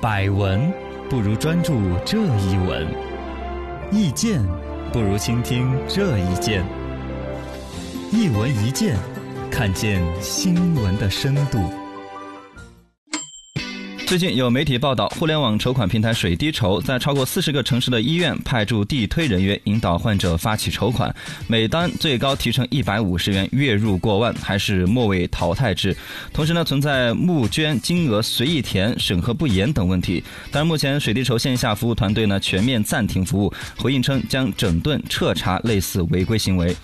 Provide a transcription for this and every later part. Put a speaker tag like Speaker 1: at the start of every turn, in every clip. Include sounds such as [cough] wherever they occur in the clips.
Speaker 1: 百闻不如专注这一闻，意见不如倾听这一见。一闻一见，看见新闻的深度。最近有媒体报道，互联网筹款平台水滴筹在超过四十个城市的医院派驻地推人员，引导患者发起筹款，每单最高提成一百五十元，月入过万，还是末位淘汰制。同时呢，存在募捐金额随意填、审核不严等问题。当然，目前水滴筹线下服务团队呢全面暂停服务，回应称将整顿彻查类似违规行为。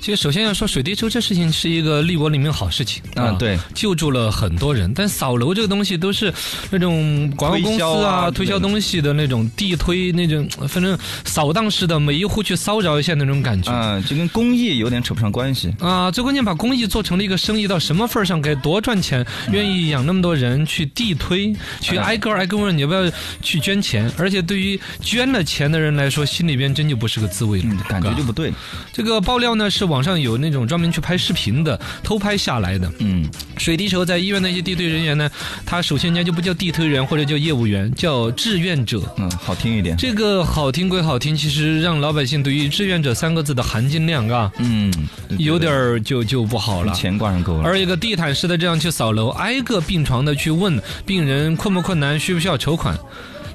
Speaker 2: 其实，首先要说水滴筹这事情是一个利国利民好事情
Speaker 1: 啊对
Speaker 2: 救助了很多人。但扫楼这个东西都是那种广告公
Speaker 1: 推
Speaker 2: 司啊、
Speaker 1: 销啊
Speaker 2: 推
Speaker 1: 之类的
Speaker 2: 销东西的那种地推那种，反正扫荡式的，每一户去骚扰一下那种感觉。
Speaker 1: 啊、这跟公益有点扯不上关系。
Speaker 2: 啊，最关键把公益做成了一个生意，到什么份儿上该多赚钱，愿意养那么多人去地推，去
Speaker 1: 嗯
Speaker 2: 挨个儿挨个儿问你要不要去捐钱。而且对于捐了钱的人来说，心里边真就不是个滋味了
Speaker 1: 嗯，，感觉
Speaker 2: 哥
Speaker 1: 就不对。
Speaker 2: 这个爆料呢，是网上有那种专门去拍视频的，偷拍下来的。
Speaker 1: 嗯，
Speaker 2: 水滴筹在医院的一些地推人员呢，他首先人家就不叫地推人或者叫业务员，叫志愿者。
Speaker 1: 嗯，好听一点。
Speaker 2: 这个好听归好听，其实让老百姓对于“志愿者”三个字的含金量啊，
Speaker 1: 嗯，
Speaker 2: 有点儿就就不好
Speaker 1: 跟
Speaker 2: 了。
Speaker 1: 钱挂上钩了。
Speaker 2: 而一个地毯式的这样去扫楼，挨个病床的去问病人困不困难，需不需要筹款，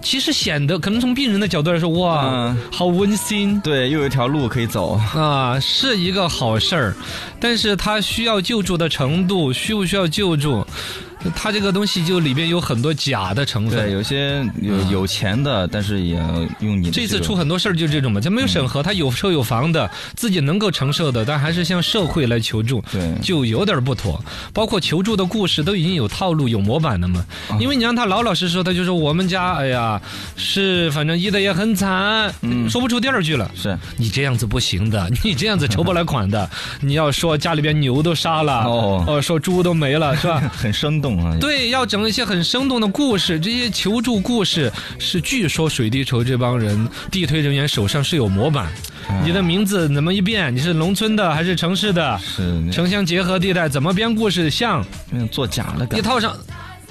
Speaker 2: 其实显得可能从病人的角度来说，哇，
Speaker 1: 嗯
Speaker 2: 好温馨，
Speaker 1: 对，又有一条路可以走。
Speaker 2: 啊，是一个好事儿，但是他需要救助的程度，需不需要救助，他这个东西就里边有很多假的成
Speaker 1: 对，
Speaker 2: 分。
Speaker 1: 有些有有钱的，但是也用你的
Speaker 2: 嗯这次
Speaker 1: 种
Speaker 2: 出很多事儿就是这
Speaker 1: 嗯
Speaker 2: 种嘛，他没有审核，他有车有房的，自己能够承受的，但还是向社会来求助，
Speaker 1: 对
Speaker 2: 就有点不妥。包括求助的故事都已经有套路、有模板了嘛，
Speaker 1: 啊
Speaker 2: 因为你让他老老实实说，他就说我们家，哎呀，是反正医的也很惨，
Speaker 1: 嗯
Speaker 2: 说不出第二句了。
Speaker 1: 是
Speaker 2: 你这样子不行的， [laughs] 你这样子筹不来款的。 [laughs] 你要说家里边牛都杀了，
Speaker 1: 哦
Speaker 2: 哦、说猪都没了，是吧？ [laughs]
Speaker 1: 很生动啊。
Speaker 2: 对，要整一些很生动的故事，这些求助故事是据说水滴筹这帮人地推人员手上是有模板，你的名字怎么一变？你是农村的还是城市的？
Speaker 1: 是
Speaker 2: 城乡结合地带怎么编故事像
Speaker 1: 那种做假的感
Speaker 2: 一
Speaker 1: 觉。
Speaker 2: 套上，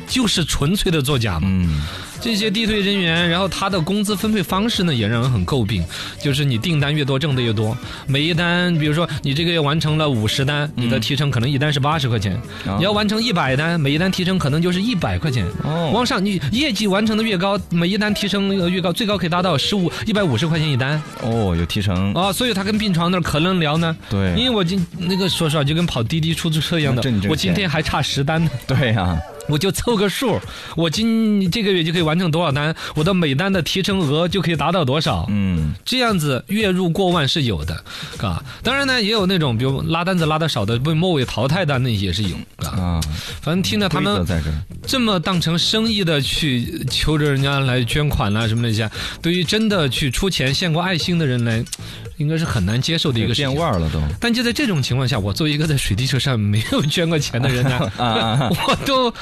Speaker 2: 就是纯粹的作假嘛。
Speaker 1: 嗯，
Speaker 2: 这些地推人员，然后他的工资分配方式呢，也让人很诟病。就是你订单越多，挣的越多。每一单，比如说你这个月完成了五十单，你的提成可能一单是八十块钱；
Speaker 1: 嗯啊
Speaker 2: 你要完成一百单，每一单提成可能就是一百块钱。
Speaker 1: 哦
Speaker 2: 往上，你业绩完成的越高，每一单提成呃越高，最高可以达到十五一百五十块钱一单
Speaker 1: 哦，有提成。
Speaker 2: 啊、所以他跟病床那儿可能聊呢。因
Speaker 1: 对
Speaker 2: 为我今那个说实话，就跟跑滴滴出租车一样的
Speaker 1: 挣你这，个
Speaker 2: 我今
Speaker 1: 钱
Speaker 2: 天还差十单呢。
Speaker 1: 对啊呀，
Speaker 2: 我就凑个数，我今这个月就可以完成多少单，我的每单的提成额就可以达到多少，
Speaker 1: 嗯，
Speaker 2: 这样子月入过万是有的，啊，当然呢也有那种比如拉单子拉的少的被末尾淘汰的，那也是有，啊，
Speaker 1: 啊，
Speaker 2: 反正听着他
Speaker 1: 规则
Speaker 2: 们
Speaker 1: 在这儿。
Speaker 2: 这么当成生意的去求着人家来捐款啊啦、什么那些，对于真的去出钱献过爱心的人来，应该是很难接受的一个事
Speaker 1: 变
Speaker 2: 情。
Speaker 1: 味儿了都。
Speaker 2: 但就在这种情况下，我作为一个在水滴车上没有捐过钱的人呢，
Speaker 1: 啊 [laughs] 啊，
Speaker 2: [laughs]
Speaker 1: 啊
Speaker 2: 我都。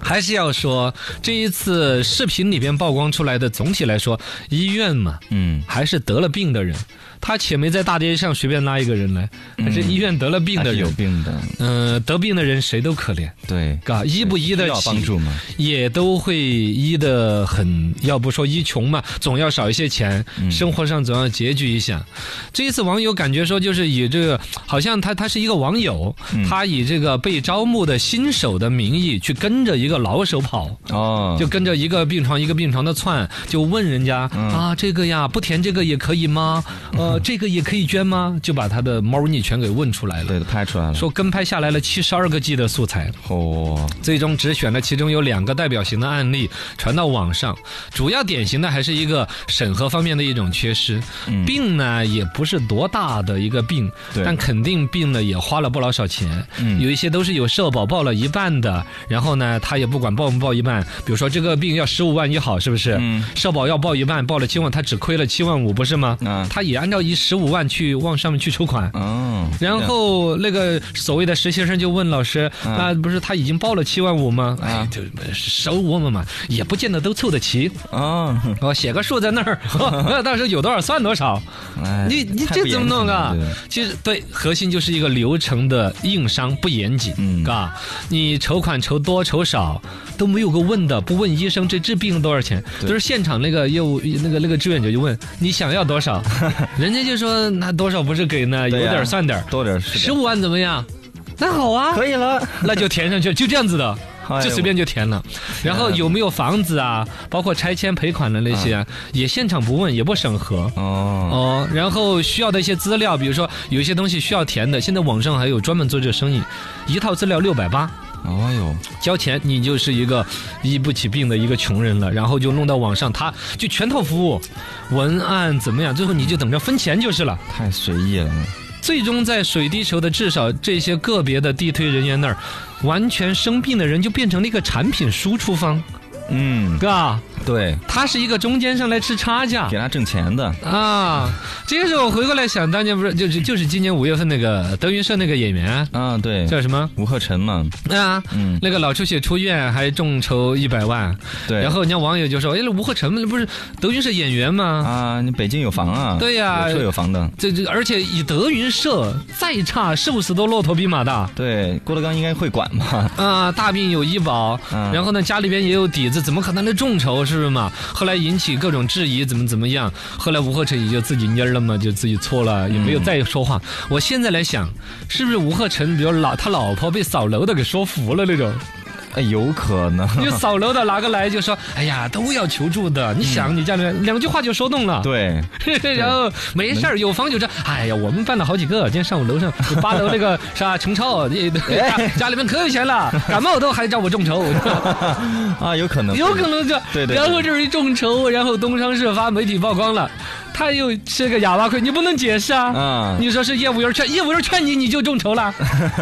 Speaker 2: 还是要说，这一次视频里边曝光出来的，总体来说，医院嘛，
Speaker 1: 嗯，
Speaker 2: 还是得了病的人，他且没在大街上随便拉一个人来，还是医院得了病
Speaker 1: 还
Speaker 2: 的
Speaker 1: 是有
Speaker 2: 人，
Speaker 1: 病的。
Speaker 2: 嗯、得病的人谁都可怜，
Speaker 1: 对，
Speaker 2: 嘎，医不
Speaker 1: 哎
Speaker 2: 医
Speaker 1: 需
Speaker 2: 得
Speaker 1: 要
Speaker 2: 起
Speaker 1: 帮助嘛。
Speaker 2: 也都会医的很，要不说医穷嘛，总要少一些钱，生活上总要拮据一下。这一次网友感觉说，就是以这个，好像他他是一个网友，他以这个被招募的新手的名义去跟着一个老手跑。
Speaker 1: 哦，
Speaker 2: 就跟着一个病床一个病床的窜，就问人家、啊，这个呀不填这个也可以吗？呃，这个也可以捐吗？就把他的猫腻全给问出来了。
Speaker 1: 对的，拍出来了。
Speaker 2: 说跟拍下来了七十二个 G 的素材，
Speaker 1: 哦，
Speaker 2: 最终只选了其中有两个代表型的案例传到网上，主要典型的还是一个审核方面的一种缺失。
Speaker 1: 嗯
Speaker 2: 病呢也不是多大的一个病，
Speaker 1: 对
Speaker 2: 但肯定病了也花了不老少钱。
Speaker 1: 嗯
Speaker 2: 有一些都是有社保报了一半的，然后呢他也不管报不报一半，比如说这个病要十五万一好，是不是？
Speaker 1: 嗯
Speaker 2: 社保要报一半，报了七万，他只亏了七万五，不是吗？
Speaker 1: 啊
Speaker 2: 他也按照一十五万去往上面去筹款。
Speaker 1: 哦，
Speaker 2: 然后那个所谓的实习生就问老师：“
Speaker 1: 嗯
Speaker 2: 啊、不是他已经报了七万五吗？”哎，就手我们嘛，也不见得都凑得齐。
Speaker 1: 哦，
Speaker 2: 哦，写个数在那儿，哦到时候有多少算多少。
Speaker 1: [laughs] 哎
Speaker 2: 你你
Speaker 1: 太
Speaker 2: 这
Speaker 1: 不
Speaker 2: 怎
Speaker 1: 严
Speaker 2: 么弄
Speaker 1: 谨了
Speaker 2: 啊
Speaker 1: 对？
Speaker 2: 其实对，核心就是一个流程的硬伤不严谨，
Speaker 1: 嗯
Speaker 2: 嘎、你筹款筹多筹少，好，都没有个问的，不问医生这治病多少钱，
Speaker 1: 对
Speaker 2: 都是现场那个业务那个那个志愿者就问你想要
Speaker 1: [laughs]
Speaker 2: 多少，人家就说那多少不是给呢，有
Speaker 1: 对呀
Speaker 2: 点儿算点儿，
Speaker 1: 多点是
Speaker 2: 十
Speaker 1: 点
Speaker 2: 五万怎么样？那好啊，
Speaker 1: 可以了，
Speaker 2: 那就填上去，就这样子的。
Speaker 1: 哎呦
Speaker 2: 就随便就填了，然后有没有房子啊，包括拆迁赔款的那些啊，也现场不问，也不审核。
Speaker 1: 哦，
Speaker 2: 哦，然后需要的一些资料，比如说有一些东西需要填的，现在网上还有专门做这个生意，一套资料六百八，
Speaker 1: 哦哟，
Speaker 2: 交钱你就是一个医不起病的一个穷人了，然后就弄到网上，他就全套服务，文案怎么样，最后你就等着分钱就是了。
Speaker 1: 太随意了，
Speaker 2: 最终在水滴筹的至少这些个别的地推人员那儿，完全生病的人就变成了一个产品输出方，
Speaker 1: 嗯，
Speaker 2: 哥啊，
Speaker 1: 对，
Speaker 2: 他是一个中间上来吃
Speaker 1: [laughs]
Speaker 2: 差价
Speaker 1: 给。他挣钱的，
Speaker 2: 啊，这个时候我回过来想，当年不是就是就是今年五月份那个德云社那个演员
Speaker 1: 啊，对，
Speaker 2: 叫什么
Speaker 1: 吴克辰嘛，
Speaker 2: 啊？
Speaker 1: 嗯，
Speaker 2: 那个脑出血出院还众筹一百万，
Speaker 1: 对，
Speaker 2: 然后人家网友就说：“哎，那吴克辰不是德云社演员吗？
Speaker 1: 啊，你北京有房啊？
Speaker 2: 对呀
Speaker 1: 有车有房的。
Speaker 2: 这这，而且以德云社再差，瘦死的骆驼比马大
Speaker 1: 对，郭德纲应该会管吧？
Speaker 2: 啊！大病有医保，
Speaker 1: 嗯
Speaker 2: 然后呢家里边也有底子，怎么可能来众筹是不是嘛？后来引起各种质疑，怎么怎么样？后来吴克辰也就自己蔫儿了嘛，就自己错了，也没有再说话。我现在来想，是不是吴克辰，比如老他老婆被扫楼的给说服了那种？
Speaker 1: 哎，有可能。
Speaker 2: 因为扫楼的拿个来就说：“哎呀，都要求助的，你想你家里人两句话就说动了。” [laughs]
Speaker 1: 对，
Speaker 2: 然后没事儿，有房有证。哎呀，我们办了好几个，今天上午楼上八楼那个啥程超，也
Speaker 1: 哎
Speaker 2: 家家里面可有钱
Speaker 1: [laughs]
Speaker 2: 了，感冒都还找我众筹，
Speaker 1: 啊，有可能。
Speaker 2: 有可能这。
Speaker 1: 对对对
Speaker 2: 然后这是一众筹，然后东窗事发，媒体曝光了，他又吃个哑巴亏，你不能解释啊。
Speaker 1: 啊，
Speaker 2: 你说是业务员劝，业务员劝你，你就众筹
Speaker 1: [laughs]
Speaker 2: 了，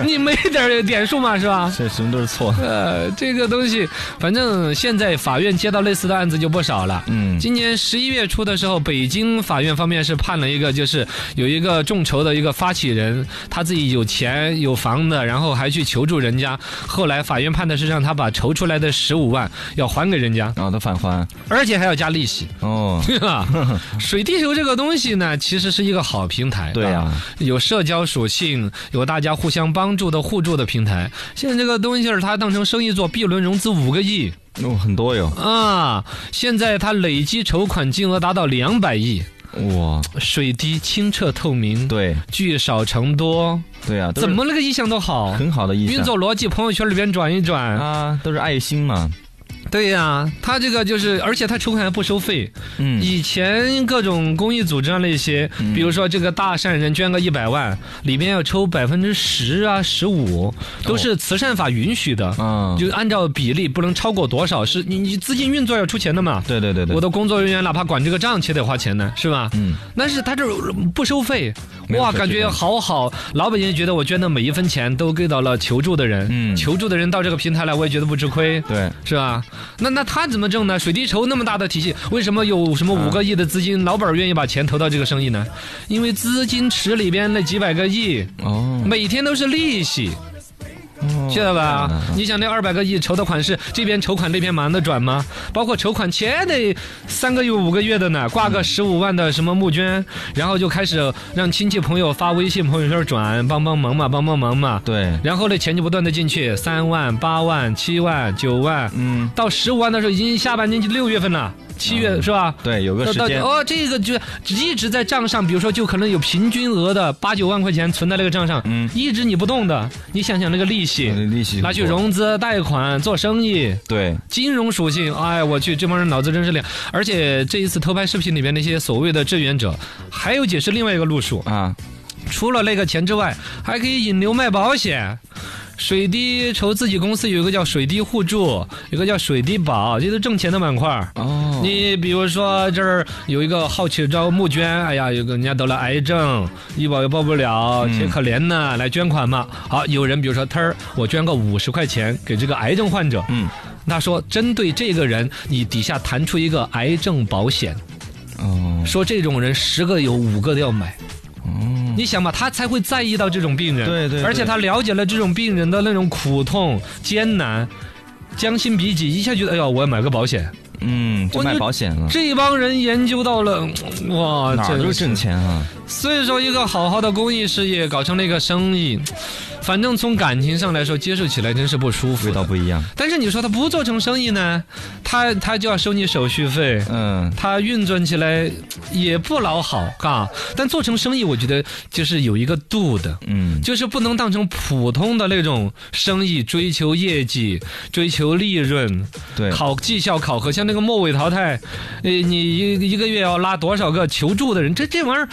Speaker 2: 你没点儿点数嘛，是吧？
Speaker 1: 这什么都是错。
Speaker 2: 呃，这个东西，反正现在法院接到类似的案子就不少了。
Speaker 1: 嗯
Speaker 2: 今年十一月初的时候，北京法院方面是判了一个，就是有一个众筹的一个发起人，他自己有钱有房的，然后还去求助人家。后来法院判的是让他把筹出来的十五万要还给人家，
Speaker 1: 然后他哦返还。
Speaker 2: 嗯而且还要加利息。 [laughs]
Speaker 1: 哦，
Speaker 2: 对吧？水滴筹这个东西呢，其实是一个好平台。啊
Speaker 1: 对啊呀
Speaker 2: 有社交属性，有大家互相帮助的互助的平台。现在这个东西儿，它当成生意做，B 轮融资五个亿
Speaker 1: 哦，很多哟。
Speaker 2: 啊！现在它累计筹款金额达到两百亿，
Speaker 1: 哇，
Speaker 2: 水滴清澈透明，
Speaker 1: 对
Speaker 2: 聚少成多，
Speaker 1: 对呀，都是
Speaker 2: 怎么那个意向都
Speaker 1: [laughs]
Speaker 2: 好。
Speaker 1: 很好的意思
Speaker 2: 运作逻辑，朋友圈里边转一转。
Speaker 1: 啊，都是爱心嘛。
Speaker 2: 对呀、它这个就是，而且它筹款还不收费。
Speaker 1: 嗯，
Speaker 2: 以前各种公益组织啊那些，比如说这个大善人捐个一百万，里面要抽百分之十啊十五，都是慈善法允许的，
Speaker 1: 啊，
Speaker 2: 就按照比例不能超过多少，是你你资金运作要出钱的嘛。
Speaker 1: 对对对对，
Speaker 2: 我的工作人员哪怕管这个账，且得花钱呢，是吧？
Speaker 1: 嗯，
Speaker 2: 但是他这儿不收费，
Speaker 1: 没有
Speaker 2: 哇，
Speaker 1: 手续
Speaker 2: 感觉
Speaker 1: 费
Speaker 2: 好好。老百姓觉得我捐的每一分钱都给到了求助的人，
Speaker 1: 嗯
Speaker 2: 求助的人到这个平台来，我也觉得不吃亏。
Speaker 1: 对
Speaker 2: 是吧？那那他怎么挣呢？水滴筹那么大的体系，为什么有什么五个亿的资金，老板儿愿意把钱投到这个生意呢？因为资金池里边那几百个亿，
Speaker 1: 哦，
Speaker 2: 每天都是利息，
Speaker 1: 哦
Speaker 2: 知道吧
Speaker 1: 这样啊？
Speaker 2: 你想那二百个亿筹的款是这边筹款那边忙着转吗？包括筹款前得三个月五个月的呢，挂
Speaker 1: 嗯
Speaker 2: 个十五万的什么募捐，然后就开始让亲戚朋友发微信朋友圈转，帮帮忙嘛，帮帮忙嘛。
Speaker 1: 对，
Speaker 2: 然后呢，钱就不断的进去，三万、八万、七万、九万，
Speaker 1: 嗯，
Speaker 2: 到十五万的时候，已经下半年就六月份了，七月、是吧？
Speaker 1: 对，嗯有个
Speaker 2: 到
Speaker 1: 时
Speaker 2: 到
Speaker 1: 间。
Speaker 2: 哦，这个就一直在账上，比如说就可能有平均额的八九万块钱存在那个账上，
Speaker 1: 嗯
Speaker 2: 一直你不动的，你想想那个利息，
Speaker 1: 利息
Speaker 2: 拿去融资、贷款、做生意，
Speaker 1: 对，
Speaker 2: 金融属性，哎，我去，这帮人脑子真是亮。而且这一次偷拍视频里面那些所谓的志愿者，还有解释另外一个路数，
Speaker 1: 啊，
Speaker 2: 除了那个钱之外，还可以引流卖保险。水滴筹自己公司有一个叫水滴互助，有一个叫水滴保，这都挣钱的板块儿。
Speaker 1: 哦，
Speaker 2: 你比如说这儿有一个好奇招募捐，哎呀，有个人家得了癌症，医保又报不了，
Speaker 1: 嗯
Speaker 2: 挺可怜呢，来捐款嘛。好，有人比如说，他儿我捐个五十块钱给这个癌症患者，
Speaker 1: 嗯，
Speaker 2: 他说针对这个人，你底下弹出一个癌症保险，
Speaker 1: 哦，
Speaker 2: 说这种人十个有五个都要买。
Speaker 1: 哦，
Speaker 2: 你想嘛，他才会在意到这种病人，
Speaker 1: 对对对
Speaker 2: 而且他了解了这种病人的那种苦痛、艰难，将心比己，一下觉得哎呦，我要买个保险。
Speaker 1: 嗯，就
Speaker 2: 我
Speaker 1: 卖
Speaker 2: 就
Speaker 1: 保险了，
Speaker 2: 这帮人研究到了，嗯哇，
Speaker 1: 哪儿
Speaker 2: 真
Speaker 1: 都
Speaker 2: 是
Speaker 1: 挣。钱啊！
Speaker 2: 所以说，一个好好的公益事业搞成了一个生意，反正从感情上来说，接受起来真是不舒服
Speaker 1: 味
Speaker 2: 的。
Speaker 1: 道不一
Speaker 2: [laughs]
Speaker 1: 样。
Speaker 2: 但是你说他不做成生意呢，他他就要收你手续费，
Speaker 1: 嗯，
Speaker 2: 他运转起来也不老好，嘎。但做成生意，我觉得就是有一个度的，
Speaker 1: 嗯，
Speaker 2: 就是不能当成普通的那种生意，追求业绩，追求利润，
Speaker 1: 对，
Speaker 2: 考绩效考核。像那个末尾淘汰，呃，你一一个月要拉多少个求助的人？这这玩意儿。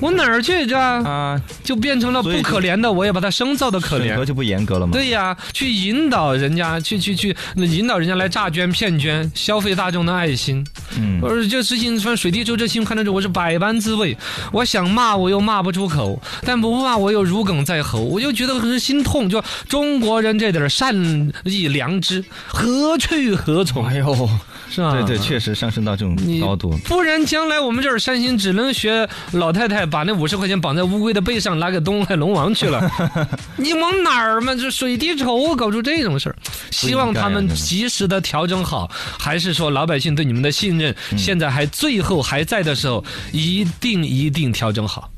Speaker 2: 我哪儿去这
Speaker 1: 啊，
Speaker 2: 就变成了
Speaker 1: 所以
Speaker 2: 不
Speaker 1: 就
Speaker 2: 可怜的，我也把它生造的可
Speaker 1: 审 [laughs]
Speaker 2: 怜
Speaker 1: 核。就不严格了嘛。
Speaker 2: 对呀，去引导人家，去去去引导人家来诈捐、骗捐，消费大众的爱心。
Speaker 1: 嗯，
Speaker 2: 而这事情，反正水滴筹这新闻看到这，我是百般滋味。我想骂我又骂不出口，但不骂我又如鲠在喉，我就觉得很心痛。就中国人这点善意良知，何去何从？
Speaker 1: 哎呦，
Speaker 2: 是吧？
Speaker 1: 对对，确实上升到这种
Speaker 2: 你
Speaker 1: 高度。
Speaker 2: 不然将来我们这儿山西只能学老太太把那五十块钱绑在乌龟的背上，拉给东海龙王去
Speaker 1: [laughs]
Speaker 2: 了。你往哪儿嘛？这水滴筹搞出这种事儿，希望他们
Speaker 1: 不应该啊真的
Speaker 2: 及时的调整好，还是说老百
Speaker 1: 嗯
Speaker 2: 姓对你们的信任，现在还最后还在的时候，一定一定调整好。